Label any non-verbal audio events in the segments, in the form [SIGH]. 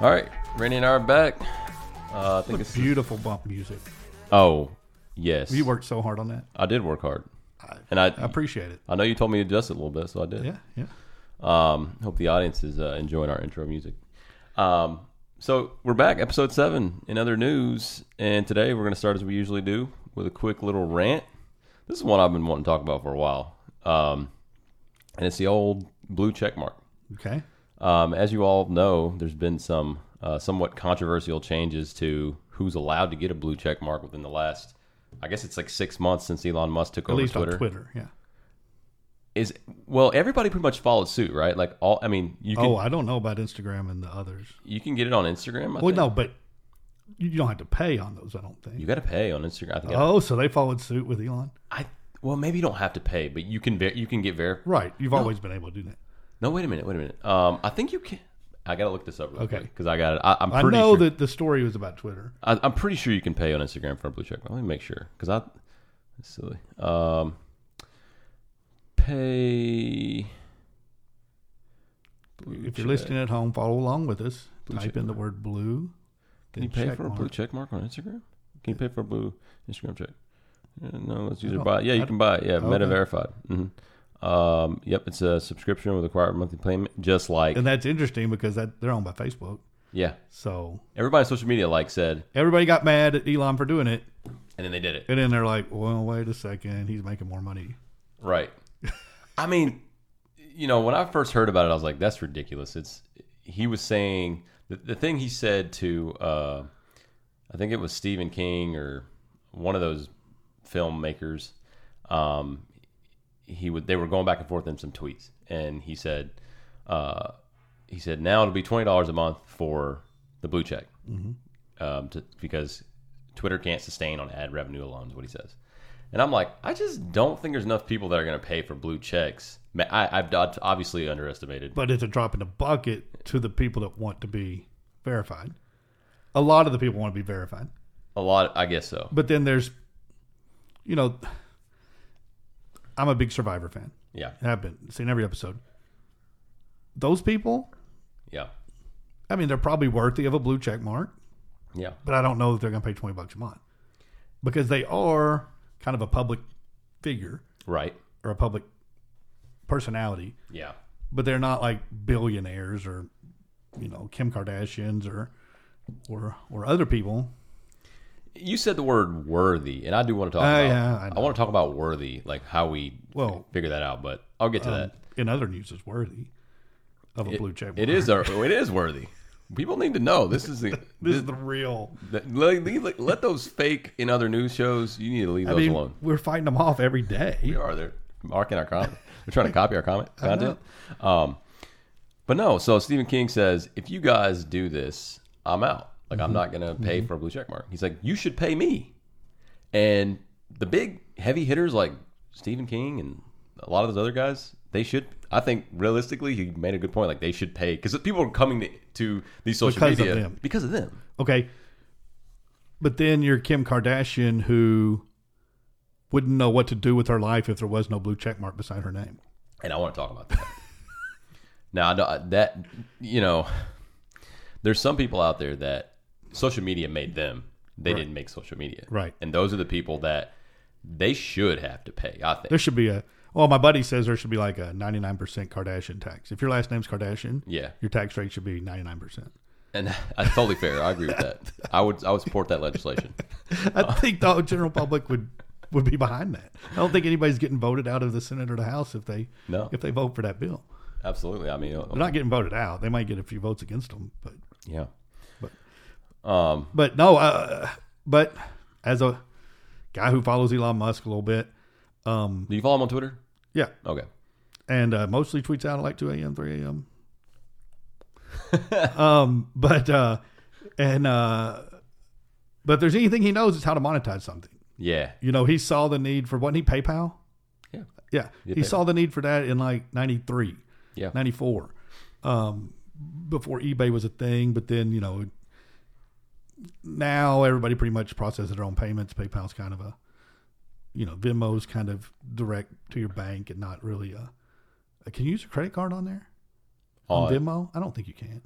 All right, Randy and I are back. Uh, I think it's Beautiful bump music. oh yes, You worked so hard on that. I did work hard, and I I appreciate it. I know you told me to adjust it a little bit, so I did. Yeah, yeah. Um, hope the audience is uh, enjoying our intro music. Um, so we're back, episode seven. In other news, and today we're going to start as we usually do with a quick little rant. This is one I've been wanting to talk about for a while, um, and it's the old blue check mark. Okay. Um, as you all know, there's been some uh, somewhat controversial changes to who's allowed to get a blue check mark within the last, I guess it's like six months since Elon Musk took At over least Twitter. on Twitter. Yeah. Is well, everybody pretty much followed suit, right? Like all, I mean, you can oh, I don't know about Instagram and the others. you can get it on Instagram. I Well, think. no, but you don't have to pay on those. I don't think. you got to pay on Instagram. I think. Oh, so they followed suit with Elon. I, I well, maybe you don't have to pay, but you can ver- you can get verified. Right. You've always been able to do that. No, wait a minute, wait a minute. Um, I think you can. I gotta look this up. Real Okay. because I got it. I, I'm I pretty know sure. that the story was about Twitter. I, I'm pretty sure you can pay on Instagram for a blue check. mark. Let me make sure because I that's silly. Um, pay. Blue If check. you're listening at home, follow along with us. Type check in the word blue. can you then pay check for a mark. blue check mark on Instagram? Can you pay for a blue Instagram check? Uh, No, let's use it. don't- Buy. it. Yeah, you Oh, I can buy it. Yeah, meta okay. verified. hmm Um, yep, it's a subscription with required monthly payment, just like And that's interesting because that they're owned by Facebook. yeah. So Everybody on social media like said, everybody got mad at Elon for doing it, and then they did it. and then they're like, "Well, wait a second, he's making more money." Right. I mean, you know, when I first heard about it, I was like, "That's ridiculous." It's he was saying the, the thing he said to, uh, I think it was Stephen King or one of those filmmakers. Um, he would they were going back and forth in some tweets, and he said, uh, he said now it'll be twenty dollars a month for the blue check, um, to, because Twitter can't sustain on ad revenue alone is what he says. And I'm like, I just don't think there's enough people that are going to pay for blue checks. Ma- I, I've dod- obviously underestimated. But it's a drop in the bucket to the people that want to be verified. A lot of the people want to be verified, A lot, I guess so. but then there's, you know, I'm a big Survivor fan. Yeah, I've been seen every episode. Those people, yeah, I mean, they're probably worthy of a blue check mark. yeah, but I don't know if they're going to pay 20 bucks a month because they are kind of a public figure right, or a public personality, yeah, but they're not like billionaires or you know Kim Kardashians or or or other people. You said the word worthy, and I do want to talk. Ah, about, yeah, I I, know. want to talk about worthy, like how we Well, figure that out. But I'll get to um, that. in other news, is worthy of a blue check. It mark. is, our, it is worthy. People need to know this is the. This is the real. the- let, let- let those fake in other news shows. You need to leave I those mean, alone. we're fighting them off every day. We are. They're marking our comment. They're trying to copy our comment content. Um, but no. So Stephen King says, if you guys do this, I'm out. Like Mm-hmm. I'm not gonna pay for a blue check mark. He's like, you should pay me. And the big heavy hitters like Stephen King and a lot of those other guys, they should. I think realistically, he made a good point. Like they should pay because people are coming to, to these social Because of media them. because of them. Okay. But then you're Kim Kardashian who wouldn't know what to do with her life if there was no blue check mark beside her name. and I want to talk about [LAUGHS] that. now, I don't- that you know, there's some people out there that social media made them. They didn't make social media, Right. And those are the people that they should have to pay. I think. There should be a well, my buddy says there should be like a ninety nine percent Kardashian tax. If your last name's Kardashian, yeah, your tax rate should be ninety nine percent. and [LAUGHS] that's totally fair. I agree with that. I would I would support that [LAUGHS] legislation. I think the general public would would be behind that. I don't think anybody's getting voted out of the Senate or the House if they No. if they vote for that bill. Absolutely. I mean, uh, They're not getting voted out. They might get a few votes against them, but yeah, But no, uh, but as a guy who follows Elon Musk a little bit, um, Do you follow him on Twitter? yeah, Okay. and uh, mostly tweets out at like two a.m., three a.m. um, but uh, and uh, but if there's anything he knows is how to monetize something. Yeah. You know, he saw the need for wasn't he PayPal? Yeah. Yeah, he PayPal. saw the need for that in like '93. Yeah. 94 um, before ebay was a thing but then you know now everybody pretty much processes their own payments paypal's kind of a you know venmo's kind of direct to your bank and not really a, can you use a credit card on there on On- venmo i don't think you can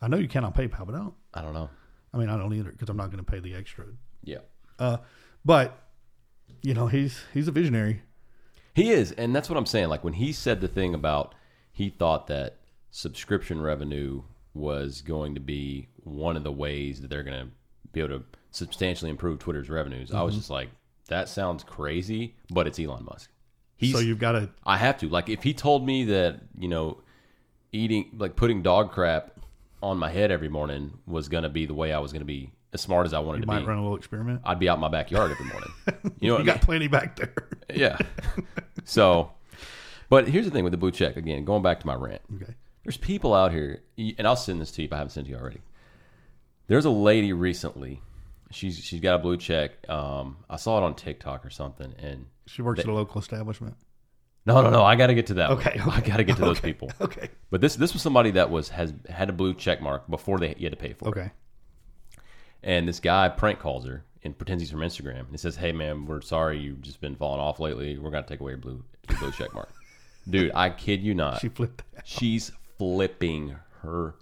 I know you can on PayPal, but I don't. I don't know. I mean, I don't either because I'm not going to pay the extra. Yeah. Uh, but you know, he's he's a visionary. He is, and that's what I'm saying. Like when he said the thing about he thought that subscription revenue was going to be one of the ways that they're going to be able to substantially improve Twitter's revenues. I was just like, that sounds crazy, but it's Elon Musk. He's Mm-hmm. so you've got to I have to. Like if he told me that, you know, eating like putting dog crap on my head every morning was going to be the way I was going to be as smart as I wanted to you might be. run a little experiment. I'd be out in my backyard every [LAUGHS] morning. You know what You I mean? got plenty back there. [LAUGHS] Yeah. so, but here's the thing with the blue check again, going back to my rant. Okay. There's people out here, and I'll send this to you if I haven't sent it to you already. There's a lady recently. She's she's got a blue check. Um, I saw it on TikTok or something, and She works at a local establishment. no, no, no. I got to get to that. Okay, one. I got to get to those people. Okay. But this this was somebody that was has had a blue check mark before they you had to pay for it. Okay. And this guy prank calls her and pretends he's from Instagram and he says, "Hey, man, we're sorry you've just been falling off lately. We're gonna take away your blue your blue check [LAUGHS] mark." Dude, I kid you not. She flipped that. She's flipping her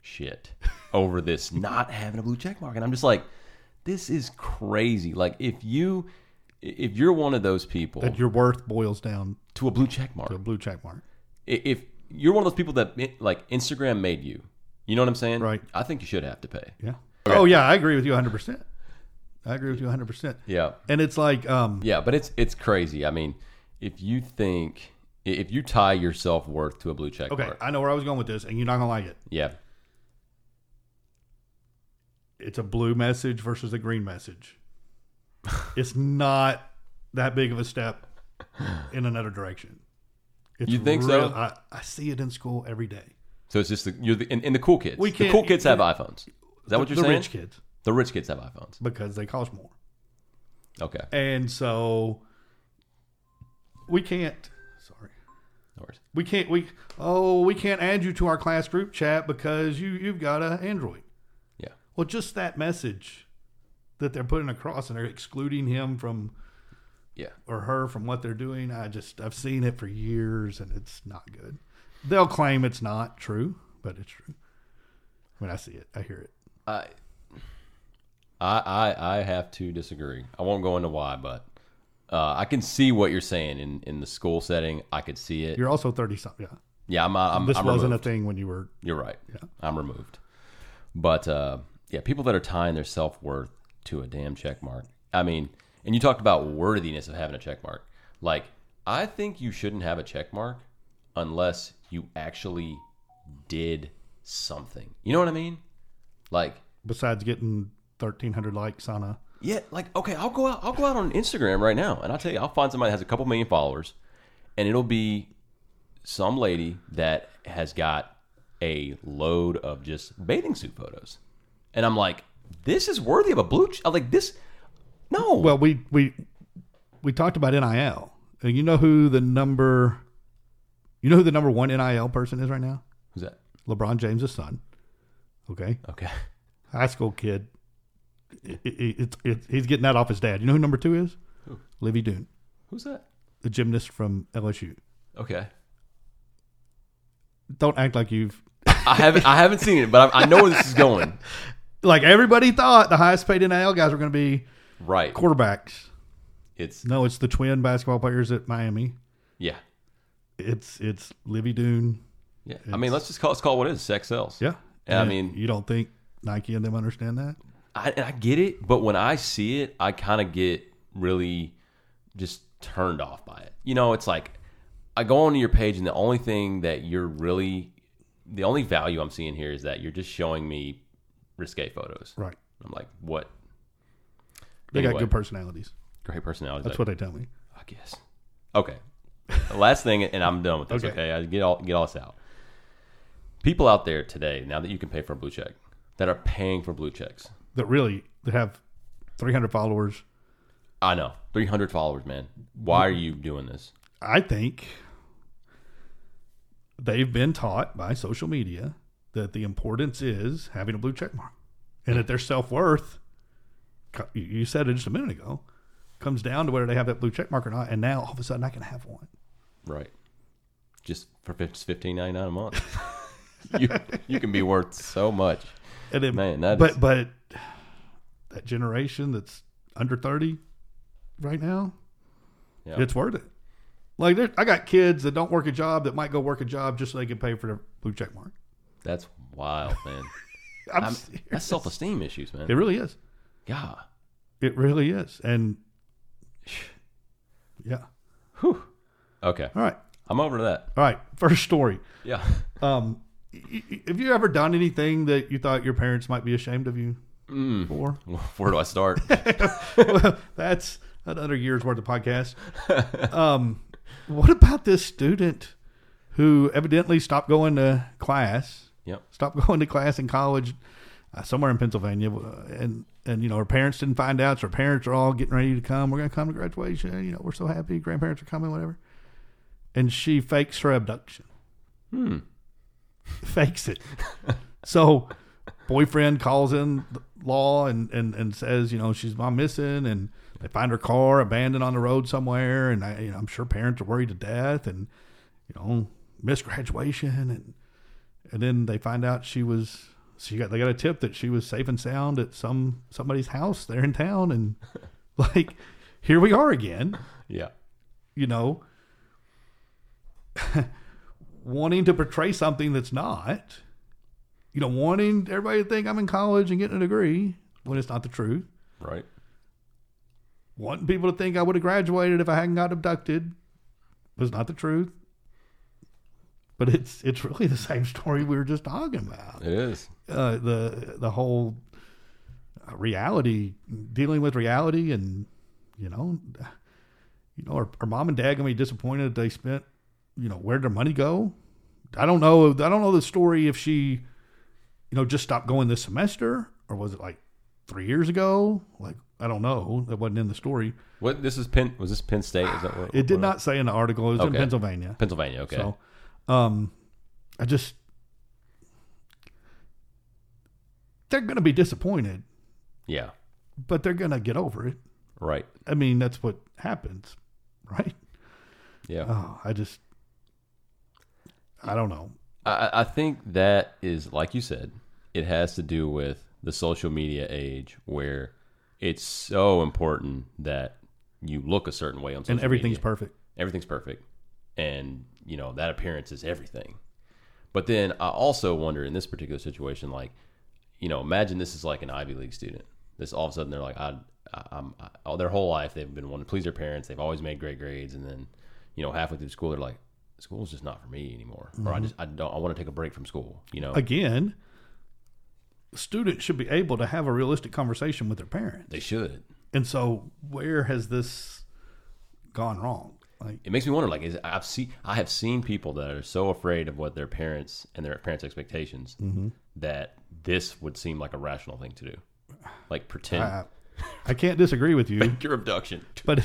shit over this not having a blue check mark. And I'm just like, this is crazy. Like if you if you're one of those people That your worth boils down to a blue check mark, to a blue check mark. i- if you're one of those people that like Instagram made you, you know what I'm saying? Right. I think you should have to pay. Yeah. Oh yeah, I agree with you 100. percent I agree with you 100. percent Yeah. And it's like, um, Yeah, but it's it's crazy. I mean, if you think if you tie your self worth to a blue check okay, mark, I know where I was going with this, and you're not gonna like it. yeah, It's a blue message versus a green [LAUGHS] message. It's not that big of a step in another direction. It's You think so? I, I see it in school every day. so it's just the, you're the and, and the cool kids. We the can't- cool kids have iPhones. Is that what you're the saying? rich kids The rich kids have iPhones. because they cost more. Okay, And so we can't sorry. no worries. We can't we oh, we can't add you to our class group chat because you you've got a Android. Yeah, Well, just that message that they're putting across and they're excluding him from yeah, or her from what they're doing. I just I've seen it for years and it's not good. They'll claim it's not true, but it's true. I mean, I see it. I hear it. I. I, I, I have to disagree. I won't go into why, but uh, I can see what you're saying in, in the school setting. I could see it. You're also 30 something. Yeah. yeah, I'm. I'm This I'm wasn't removed. a thing when you were You're right. I'm removed. But uh, yeah, people that are tying their self worth to a damn check mark. I mean, and you talked about worthiness of having a check mark. Like, I think you shouldn't have a check mark unless you actually did something. You know what I mean? Like, besides getting 1300 likes on a yeah, like okay, I'll go out. I'll go out on Instagram right now, and I'll tell you, I'll find somebody that has a couple million followers, and it'll be some lady that has got a load of just bathing suit photos, and I'm like, this is worthy of a blue. Ch- I'm like this, no, Well, we we we talked about NIL. And you know who the number you know who the number one NIL person is right now? who's that? LeBron James' son. Okay. Okay, [LAUGHS] High school kid. I- I- it's- it's- he's getting that off his dad. You know who number two is? Livy Doon, who's that? the gymnast from LSU. Okay, Don't act like you've I haven't I haven't seen it, but I, I know where this is going. like everybody thought the highest paid NIL guys were going to be Right, quarterbacks. it's No, it's the twin basketball players at Miami. yeah, It's it's Livy Doon. yeah. I mean, let's just call let's call it what it is. Sex sells. Yeah. Yeah, I mean- you don't think Nike and them understand that? I, and I get it, but when I see it, I kind of get really just turned off by it. You know, it's like I go onto your page, and the only thing that you're really, the only value I'm seeing here is that you're just showing me risque photos. Right. I'm like, what? They got Anyway. good personalities. Great personality. That's what they tell me. I guess. Okay. The Last thing, and I'm done with this. Okay. Okay. I get all get all this out. People out there today, now that you can pay for a blue check, that are paying for blue checks. That really they have 300 followers. I know. 300 followers, man. Why are you doing this? I think they've been taught by social media that the importance is having a blue check mark and that their self worth, you said it just a minute ago, comes down to whether they have that blue check mark or not. And now all of a sudden I can have one. [LAUGHS] Right. Just for fif- it's fifteen ninety nine a month. you, you can be worth so much. And it, Man, that but is- but that generation that's under thirty right now, Yeah. it's worth it. Like there, I got kids that don't work a job that might go work a job just so they can pay for their blue check mark. That's wild, man. [LAUGHS] I'm, I'm, serious. that's self esteem issues, man. it really is. Yeah. It really is. And [SIGHS] yeah, Whew. Okay. all right, I'm over to that. all right. First story. Yeah. [LAUGHS] Um, y- y- have you ever done anything that you thought your parents might be ashamed of you Mm. for? Where do I [LAUGHS] start? well, [LAUGHS] that's another year's worth of podcast. Um, what about this student who evidently stopped going to class? Yep. Stopped [LAUGHS] going to class in college, uh, somewhere in Pennsylvania, uh, and and you know her parents didn't find out. So her parents are all getting ready to come. We're gonna come to graduation. You know we're so happy. Grandparents are coming. Whatever. And she fakes her abduction. Hmm. [LAUGHS] Fakes it. so boyfriend calls in the law and, and, and says, you know, she's mom missing and they find her car abandoned on the road somewhere. And I, you know, I'm sure parents are worried to death and, you know, missed graduation. And, and then they find out she was, she got, they got a tip that she was safe and sound at some, somebody's house there in town. And [LAUGHS] like, here we are again Yeah. you know, [LAUGHS] wanting to portray something that's not, you know, wanting everybody to think I'm in college and getting a degree when it's not the truth, Right. wanting people to think I would have graduated if I hadn't got abducted was not the truth. But it's it's really the same story we were just talking about. It is. Uh, the the whole uh, reality, dealing with reality, and you know, you know, are, are mom and dad gonna be disappointed that they spent, you know, where would their money go? I don't know. I don't know the story if she, you know, just stopped going this semester or was it like three years ago? Like I don't know. That wasn't in the story. What this is Penn was this Penn State? Is that what It did what- not say in the article. It was in Okay. Pennsylvania. Pennsylvania, okay. So, um, I just they're gonna be disappointed, yeah. but they're gonna get over it. Right. I mean, that's what happens, right? Yeah. Oh, I just, I don't know. I, I think that is like you said, it has to do with the social media age where it's so important that you look a certain way on social And everything's media. perfect. everything's perfect and you know that appearance is everything but then i also wonder in this particular situation like you know imagine this is like an ivy league student this all of a sudden they're like i, I i'm I, all their whole life they've been wanting to please their parents they've always made great grades and then you know halfway through school they're like school's just not for me anymore or i just i don't i want to take a break from school you know Again, students should be able to have a realistic conversation with their parents. they should And so, where has this gone wrong? Like, it makes me wonder like is i've seen i have seen people that are so afraid of what their parents and their parents expectations that this would seem like a rational thing to do like pretend [LAUGHS] I, I can't disagree with you, your abduction but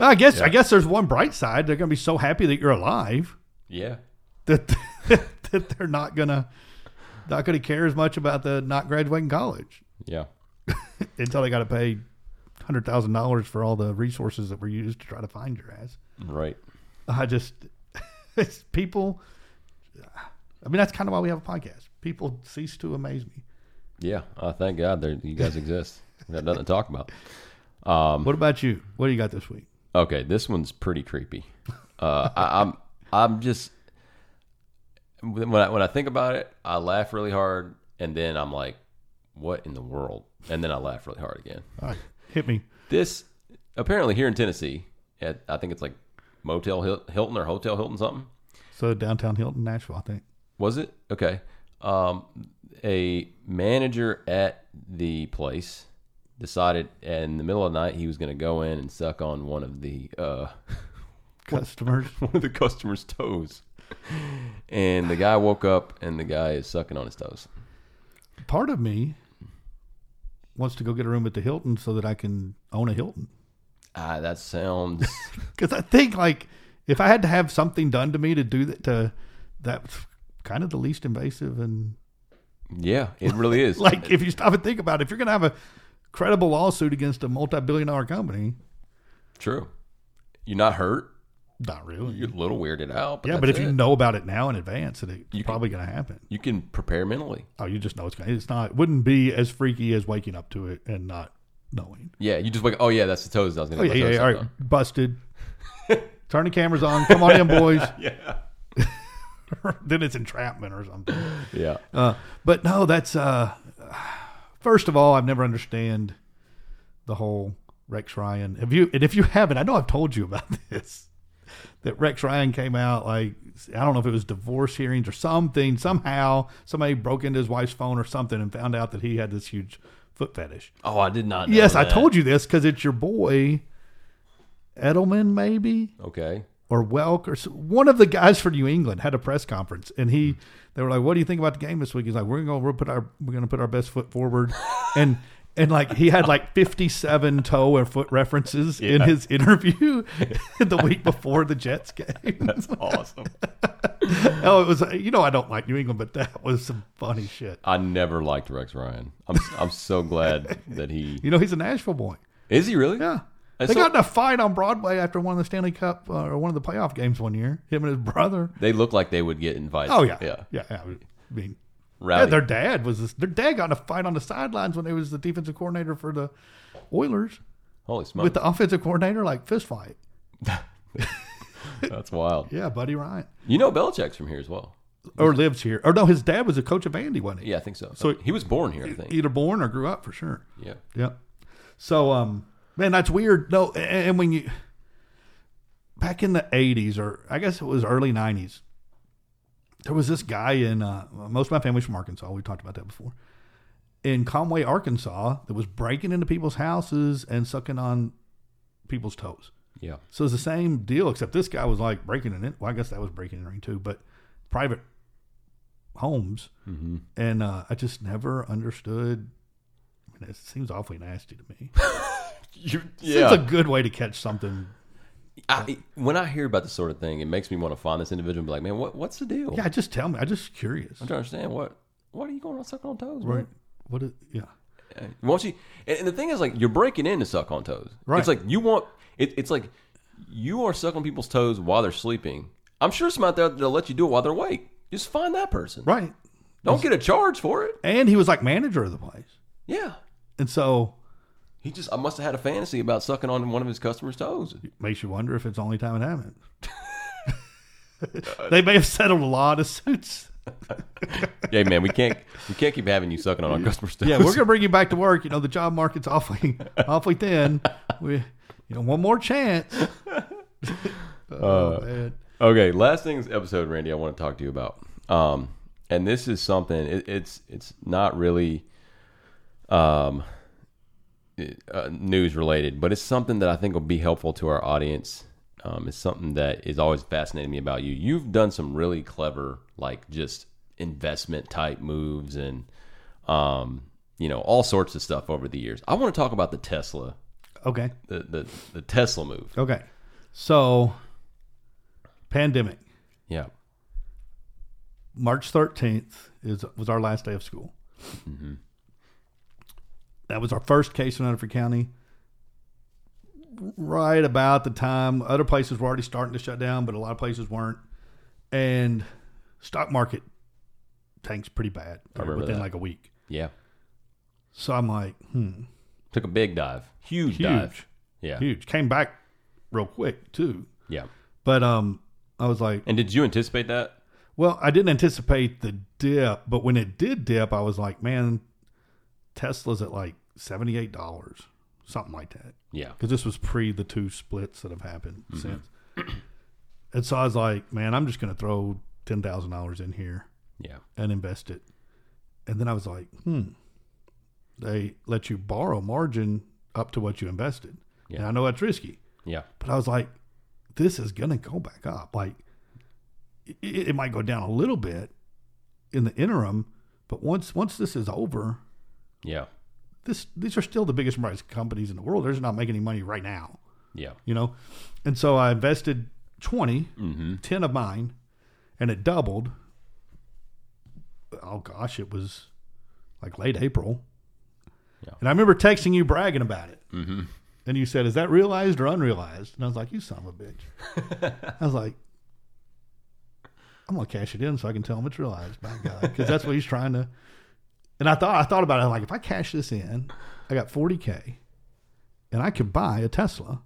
I guess I guess there's one bright side. They're going to be so happy that you're alive [LAUGHS] yeah that that they're not gonna not gonna care as much about the not graduating college. yeah until they got to pay hundred thousand dollars for all the resources that were used to try to find your ass. right I just [LAUGHS] it's people. I mean, that's kind of why we have a podcast. People cease to amaze me. yeah uh, thank god there you guys exist we got nothing to talk about What about you? What do you got this week? Okay, this one's pretty creepy. Uh, I, I'm I'm just when I, when I think about it, I laugh really hard, and then I'm like, "What in the world?" And then I laugh really hard again. All right, hit me. This apparently here in Tennessee, at I think it's like Motel Hil- Hilton or Hotel Hilton something. So downtown Hilton, Nashville, I think. Was it okay? Um, a manager at the place decided in the middle of the night he was going to go in and suck on one of the uh, [LAUGHS] Customers. one of the customer's toes. And the guy woke up and the guy is sucking on his toes. Part of me wants to go get a room at the Hilton so that I can own a Hilton. Ah, that [LAUGHS] sounds Because I think like if I had to have something done to me to do that, to that's kind of the least invasive and Yeah, it really is. like if you stop and think about it, if you're going to have a credible lawsuit against a multi-billion dollar company, True. You're not hurt. Not really. You're a little weirded out. But yeah, but if that's you it. know about it now in advance, that it's You can- probably going to happen. you can prepare mentally. Oh, you just know it's going. to It's not. It wouldn't be as freaky as waking up to it and not knowing. Yeah, you just wake. Oh yeah, that's the toes. I was gonna. Oh yeah, put yeah, toes yeah. All up right, busted. Turn the cameras on. Come on in, boys. on. [LAUGHS] Yeah. [LAUGHS] then it's entrapment or something. Yeah. Uh, but no, that's uh, first of all, I've never understand the whole Rex Ryan. Have you? And if you haven't, I know I've told you about [LAUGHS] this. That Rex Ryan came out like I don't know if it was divorce hearings or something. Somehow somebody broke into his wife's phone or something and found out that he had this huge foot fetish. Oh, I did not. Know yes, I that. told you this because it's your boy Edelman, maybe Okay. or Welk or s- one of the guys for New England had a press conference, and Hmm. he they were like, "What do you think about the game this week?" He's like, "We're gonna we're put our we're gonna put our best [LAUGHS] foot forward," and and like he had like fifty seven toe or foot references in Yeah. his [LAUGHS] interview the week before the Jets game. That's awesome. oh, it was you know I don't like New England, but that was some funny shit. I never liked Rex Ryan. I'm I'm so glad that he You know he's a Nashville boy. is he really. Yeah. And They so- got in a fight on Broadway after one of the Stanley Cup uh, or one of the playoff games one year. Him and his brother. They look like they would get invited. Oh yeah, Yeah. yeah. yeah. I mean, Rowdy. Yeah, their dad was this, their dad got in a fight on the sidelines when he was the defensive coordinator for the Oilers Holy with smokes. the offensive coordinator, like fist fight. That's wild. Yeah, Buddy Ryan, You know Belichick's from here as well. or lives here, or no, his dad was a coach of Andy, wasn't he? Yeah, I think so. So- he was born here, I think. Either born or grew up for sure. yeah. Yep. So, um, man, that's weird. No, a- and when you back in the '80s, or I guess it was early '90s, there was this guy in. Uh, most of my family's from Arkansas. We talked about that before. In Conway, Arkansas, that was breaking into people's houses and sucking on people's toes. Yeah. So it's the same deal, except this guy was like breaking in it. Well, I guess that was breaking in ring too, but private homes. Mm-hmm. And uh, I just never understood. I mean, it seems awfully nasty to [LAUGHS] me. You, It's a good way to catch something. I, when I hear about this sort of thing, it makes me want to find this individual and be like, man, what, what's the deal? Yeah, just tell me. I'm just curious. I'm trying to understand what, what are you going on sucking on toes, Right? right? What is? Yeah. Won't you? And, and the thing is, like, you're breaking in to suck on toes. Right. It's like you want. It, it's like you are sucking people's toes while they're sleeping. I'm sure some out there that'll let you do it while they're awake. Just find that person. Right. Don't get a charge for it. And he was like manager of the place, Yeah. and so He just. I must have had a fantasy about sucking on one of his customers' toes. makes you wonder if it's the only time it [LAUGHS] happened. [LAUGHS] they may have settled a lot of suits. Yeah, man, we can't. We can't keep having you sucking on our customers' toes. [LAUGHS] Yeah, we're gonna bring you back to work. You know, the job market's awfully, [LAUGHS] awfully thin. We, you know, one more chance. [LAUGHS] oh man. Okay, last thing's episode, Randy. I want to talk to you about, um, and this is something. It, it's it's not really, um, it- uh, news related, but it's something that I think will be helpful to our audience. Um, it's something that is always fascinating me about you. You've done some really clever, like just investment type moves, and um, you know all sorts of stuff over the years. I want to talk about the Tesla, Okay. the the, the Tesla move. Okay. So, pandemic. Yeah, March 13th is was our last day of school. Mm-hmm. That was our first case in Rutherford County. Right about the time other places were already starting to shut down, but a lot of places weren't. And stock market tanks pretty bad remember within that. like a week. yeah. So I'm like, hmm, Took a big dive, huge, huge, dive. Yeah, huge. Came back real quick too. yeah. But um, I was like, And did you anticipate that? Well, I didn't anticipate the dip, but when it did dip, I was like, man, Tesla's at like $78, something like that. Yeah. Because this was pre the two splits that have happened since. and so I was like, man, I'm just going to throw $10,000 in here Yeah. and invest it. And then I was like, hmm, they let you borrow margin up to what you invested. Yeah. And I know that's risky Yeah. but I was like, this is gonna go back up. Like, it, it might go down a little bit in the interim, but once once this is over, Yeah. this these are still the biggest price companies in the world. They're just not making any money right now, Yeah. you know. And so I invested 20, Mm-hmm. 10 of mine, and it doubled. Oh gosh, it was like late April. Yeah. And I remember texting you bragging about it. Mm-hmm. And you said, "Is that realized or unrealized?" And I was like, "You son of a bitch." [LAUGHS] I was like, "I'm gonna cash it in so I can tell him it's realized." By God, because that's what he's trying to. And I thought I thought about it. I'm like, if I cash this in, I got 40k, and I could buy a Tesla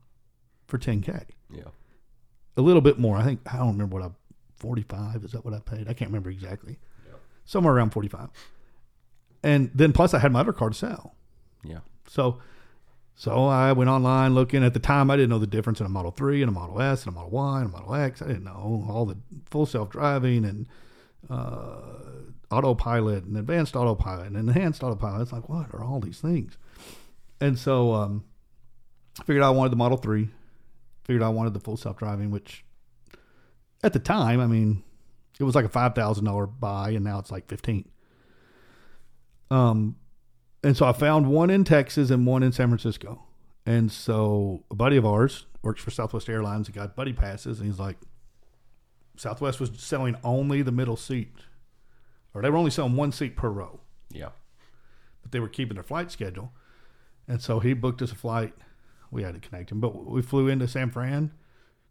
for 10k, Yeah. a little bit more. I think I don't remember what I 45 is that what I paid? I can't remember exactly. Somewhere around 45. And then plus I had my other car to sell. Yeah. So, so I went online looking. At the time, I didn't know the difference in a Model Three and a Model S and a Model Y and a Model X. I didn't know all the full self driving and uh, autopilot and advanced autopilot and enhanced autopilot. It's like, what are all these things? And so, um, I figured I wanted the Model Three. Figured I wanted the full self driving, which at the time, I mean, it was like a five thousand dollar buy, and now it's like fifteen. Um, and so I found one in Texas and one in San Francisco. And so a buddy of ours works for Southwest Airlines. He got buddy passes, and he's like, Southwest was selling only the middle seat, or they were only selling one seat per row, Yeah. but they were keeping their flight schedule. And so he booked us a flight. We had to connect him, but we flew into San Fran.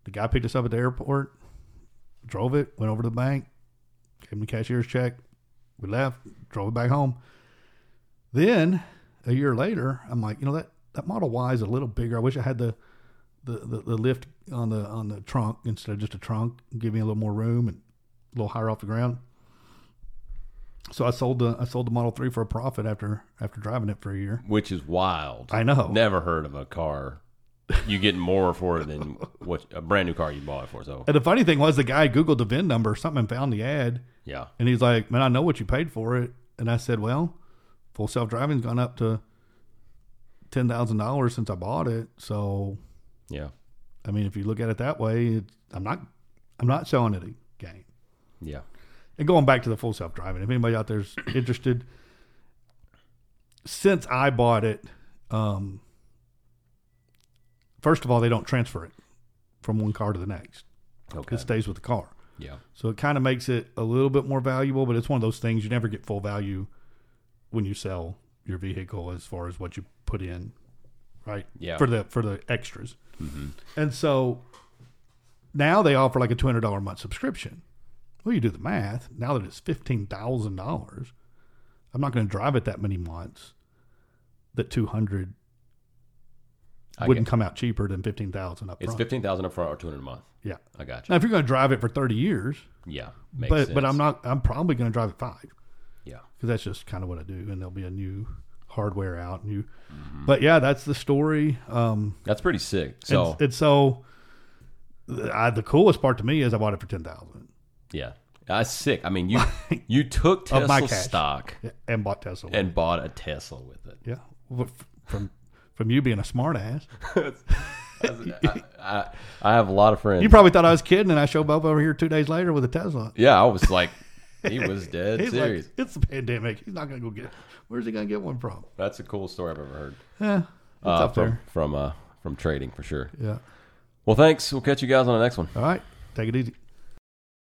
The guy picked us up at the airport, drove it, went over to the bank, gave him the cashier's check. We left, drove it back home. Then a year later, I'm like, you know that that Model Y is a little bigger. I wish I had the the the, the lift on the on the trunk instead of just a trunk, give me a little more room and a little higher off the ground. So I sold the I sold the Model Three for a profit after after driving it for a year. Which is wild. I know. Never heard of a car you getting more for it than what a brand new car you bought it for. So And the funny thing was, the guy googled the VIN number or something and found the ad, yeah, and he's like, "Man, I know what you paid for it." And I said, "Well, full self driving's gone up to ten thousand dollars since I bought it, so yeah, I mean, if you look at it that way, it's, I'm not I'm not selling it a game. yeah, And going back to the full self driving, if anybody out there's [COUGHS] interested, since I bought it, um, first of all, they don't transfer it from one car to the next. okay, It stays with the car, yeah, so it kind of makes it a little bit more valuable. But it's one of those things you never get full value when you sell your vehicle as far as what you put in, right? yeah, Mm-hmm. for the for the extras. And so now they offer like a two hundred dollar a month subscription. Well, you do the math. Now that it's fifteen thousand dollars, I'm not going to drive it that many months. That two hundred I wouldn't come out cheaper than fifteen thousand up it's front. fifteen thousand up front or two hundred a month. yeah. I got you. Now, if you're going to drive it for thirty years, Yeah, makes but sense. but I'm not. I'm probably going to drive it five. Yeah, because that's just kind of what I do. And there'll be a new hardware out. New, Mm-hmm. but yeah, that's the story. Um, that's pretty sick. so So and, so th- I, the coolest part to me is I bought it for ten thousand yeah, that's sick. I [LAUGHS] mean, you you took Of my Tesla cash. stock and bought Tesla. and bought a Tesla with it. yeah, Well, f- from from you being a smartass, I, I, I have a lot of friends. you probably thought I was kidding, and I show up over here two days later with a Tesla. yeah, I was like, [LAUGHS] he was dead He's serious. like, it's a pandemic. He's not going to go get. It. Where's he going to get one from? that's a cool story I've ever heard. Yeah, it's Uh, up from there. from uh, from trading for sure. Yeah. Well, thanks. We'll catch you guys on the next one. All right. Take it easy.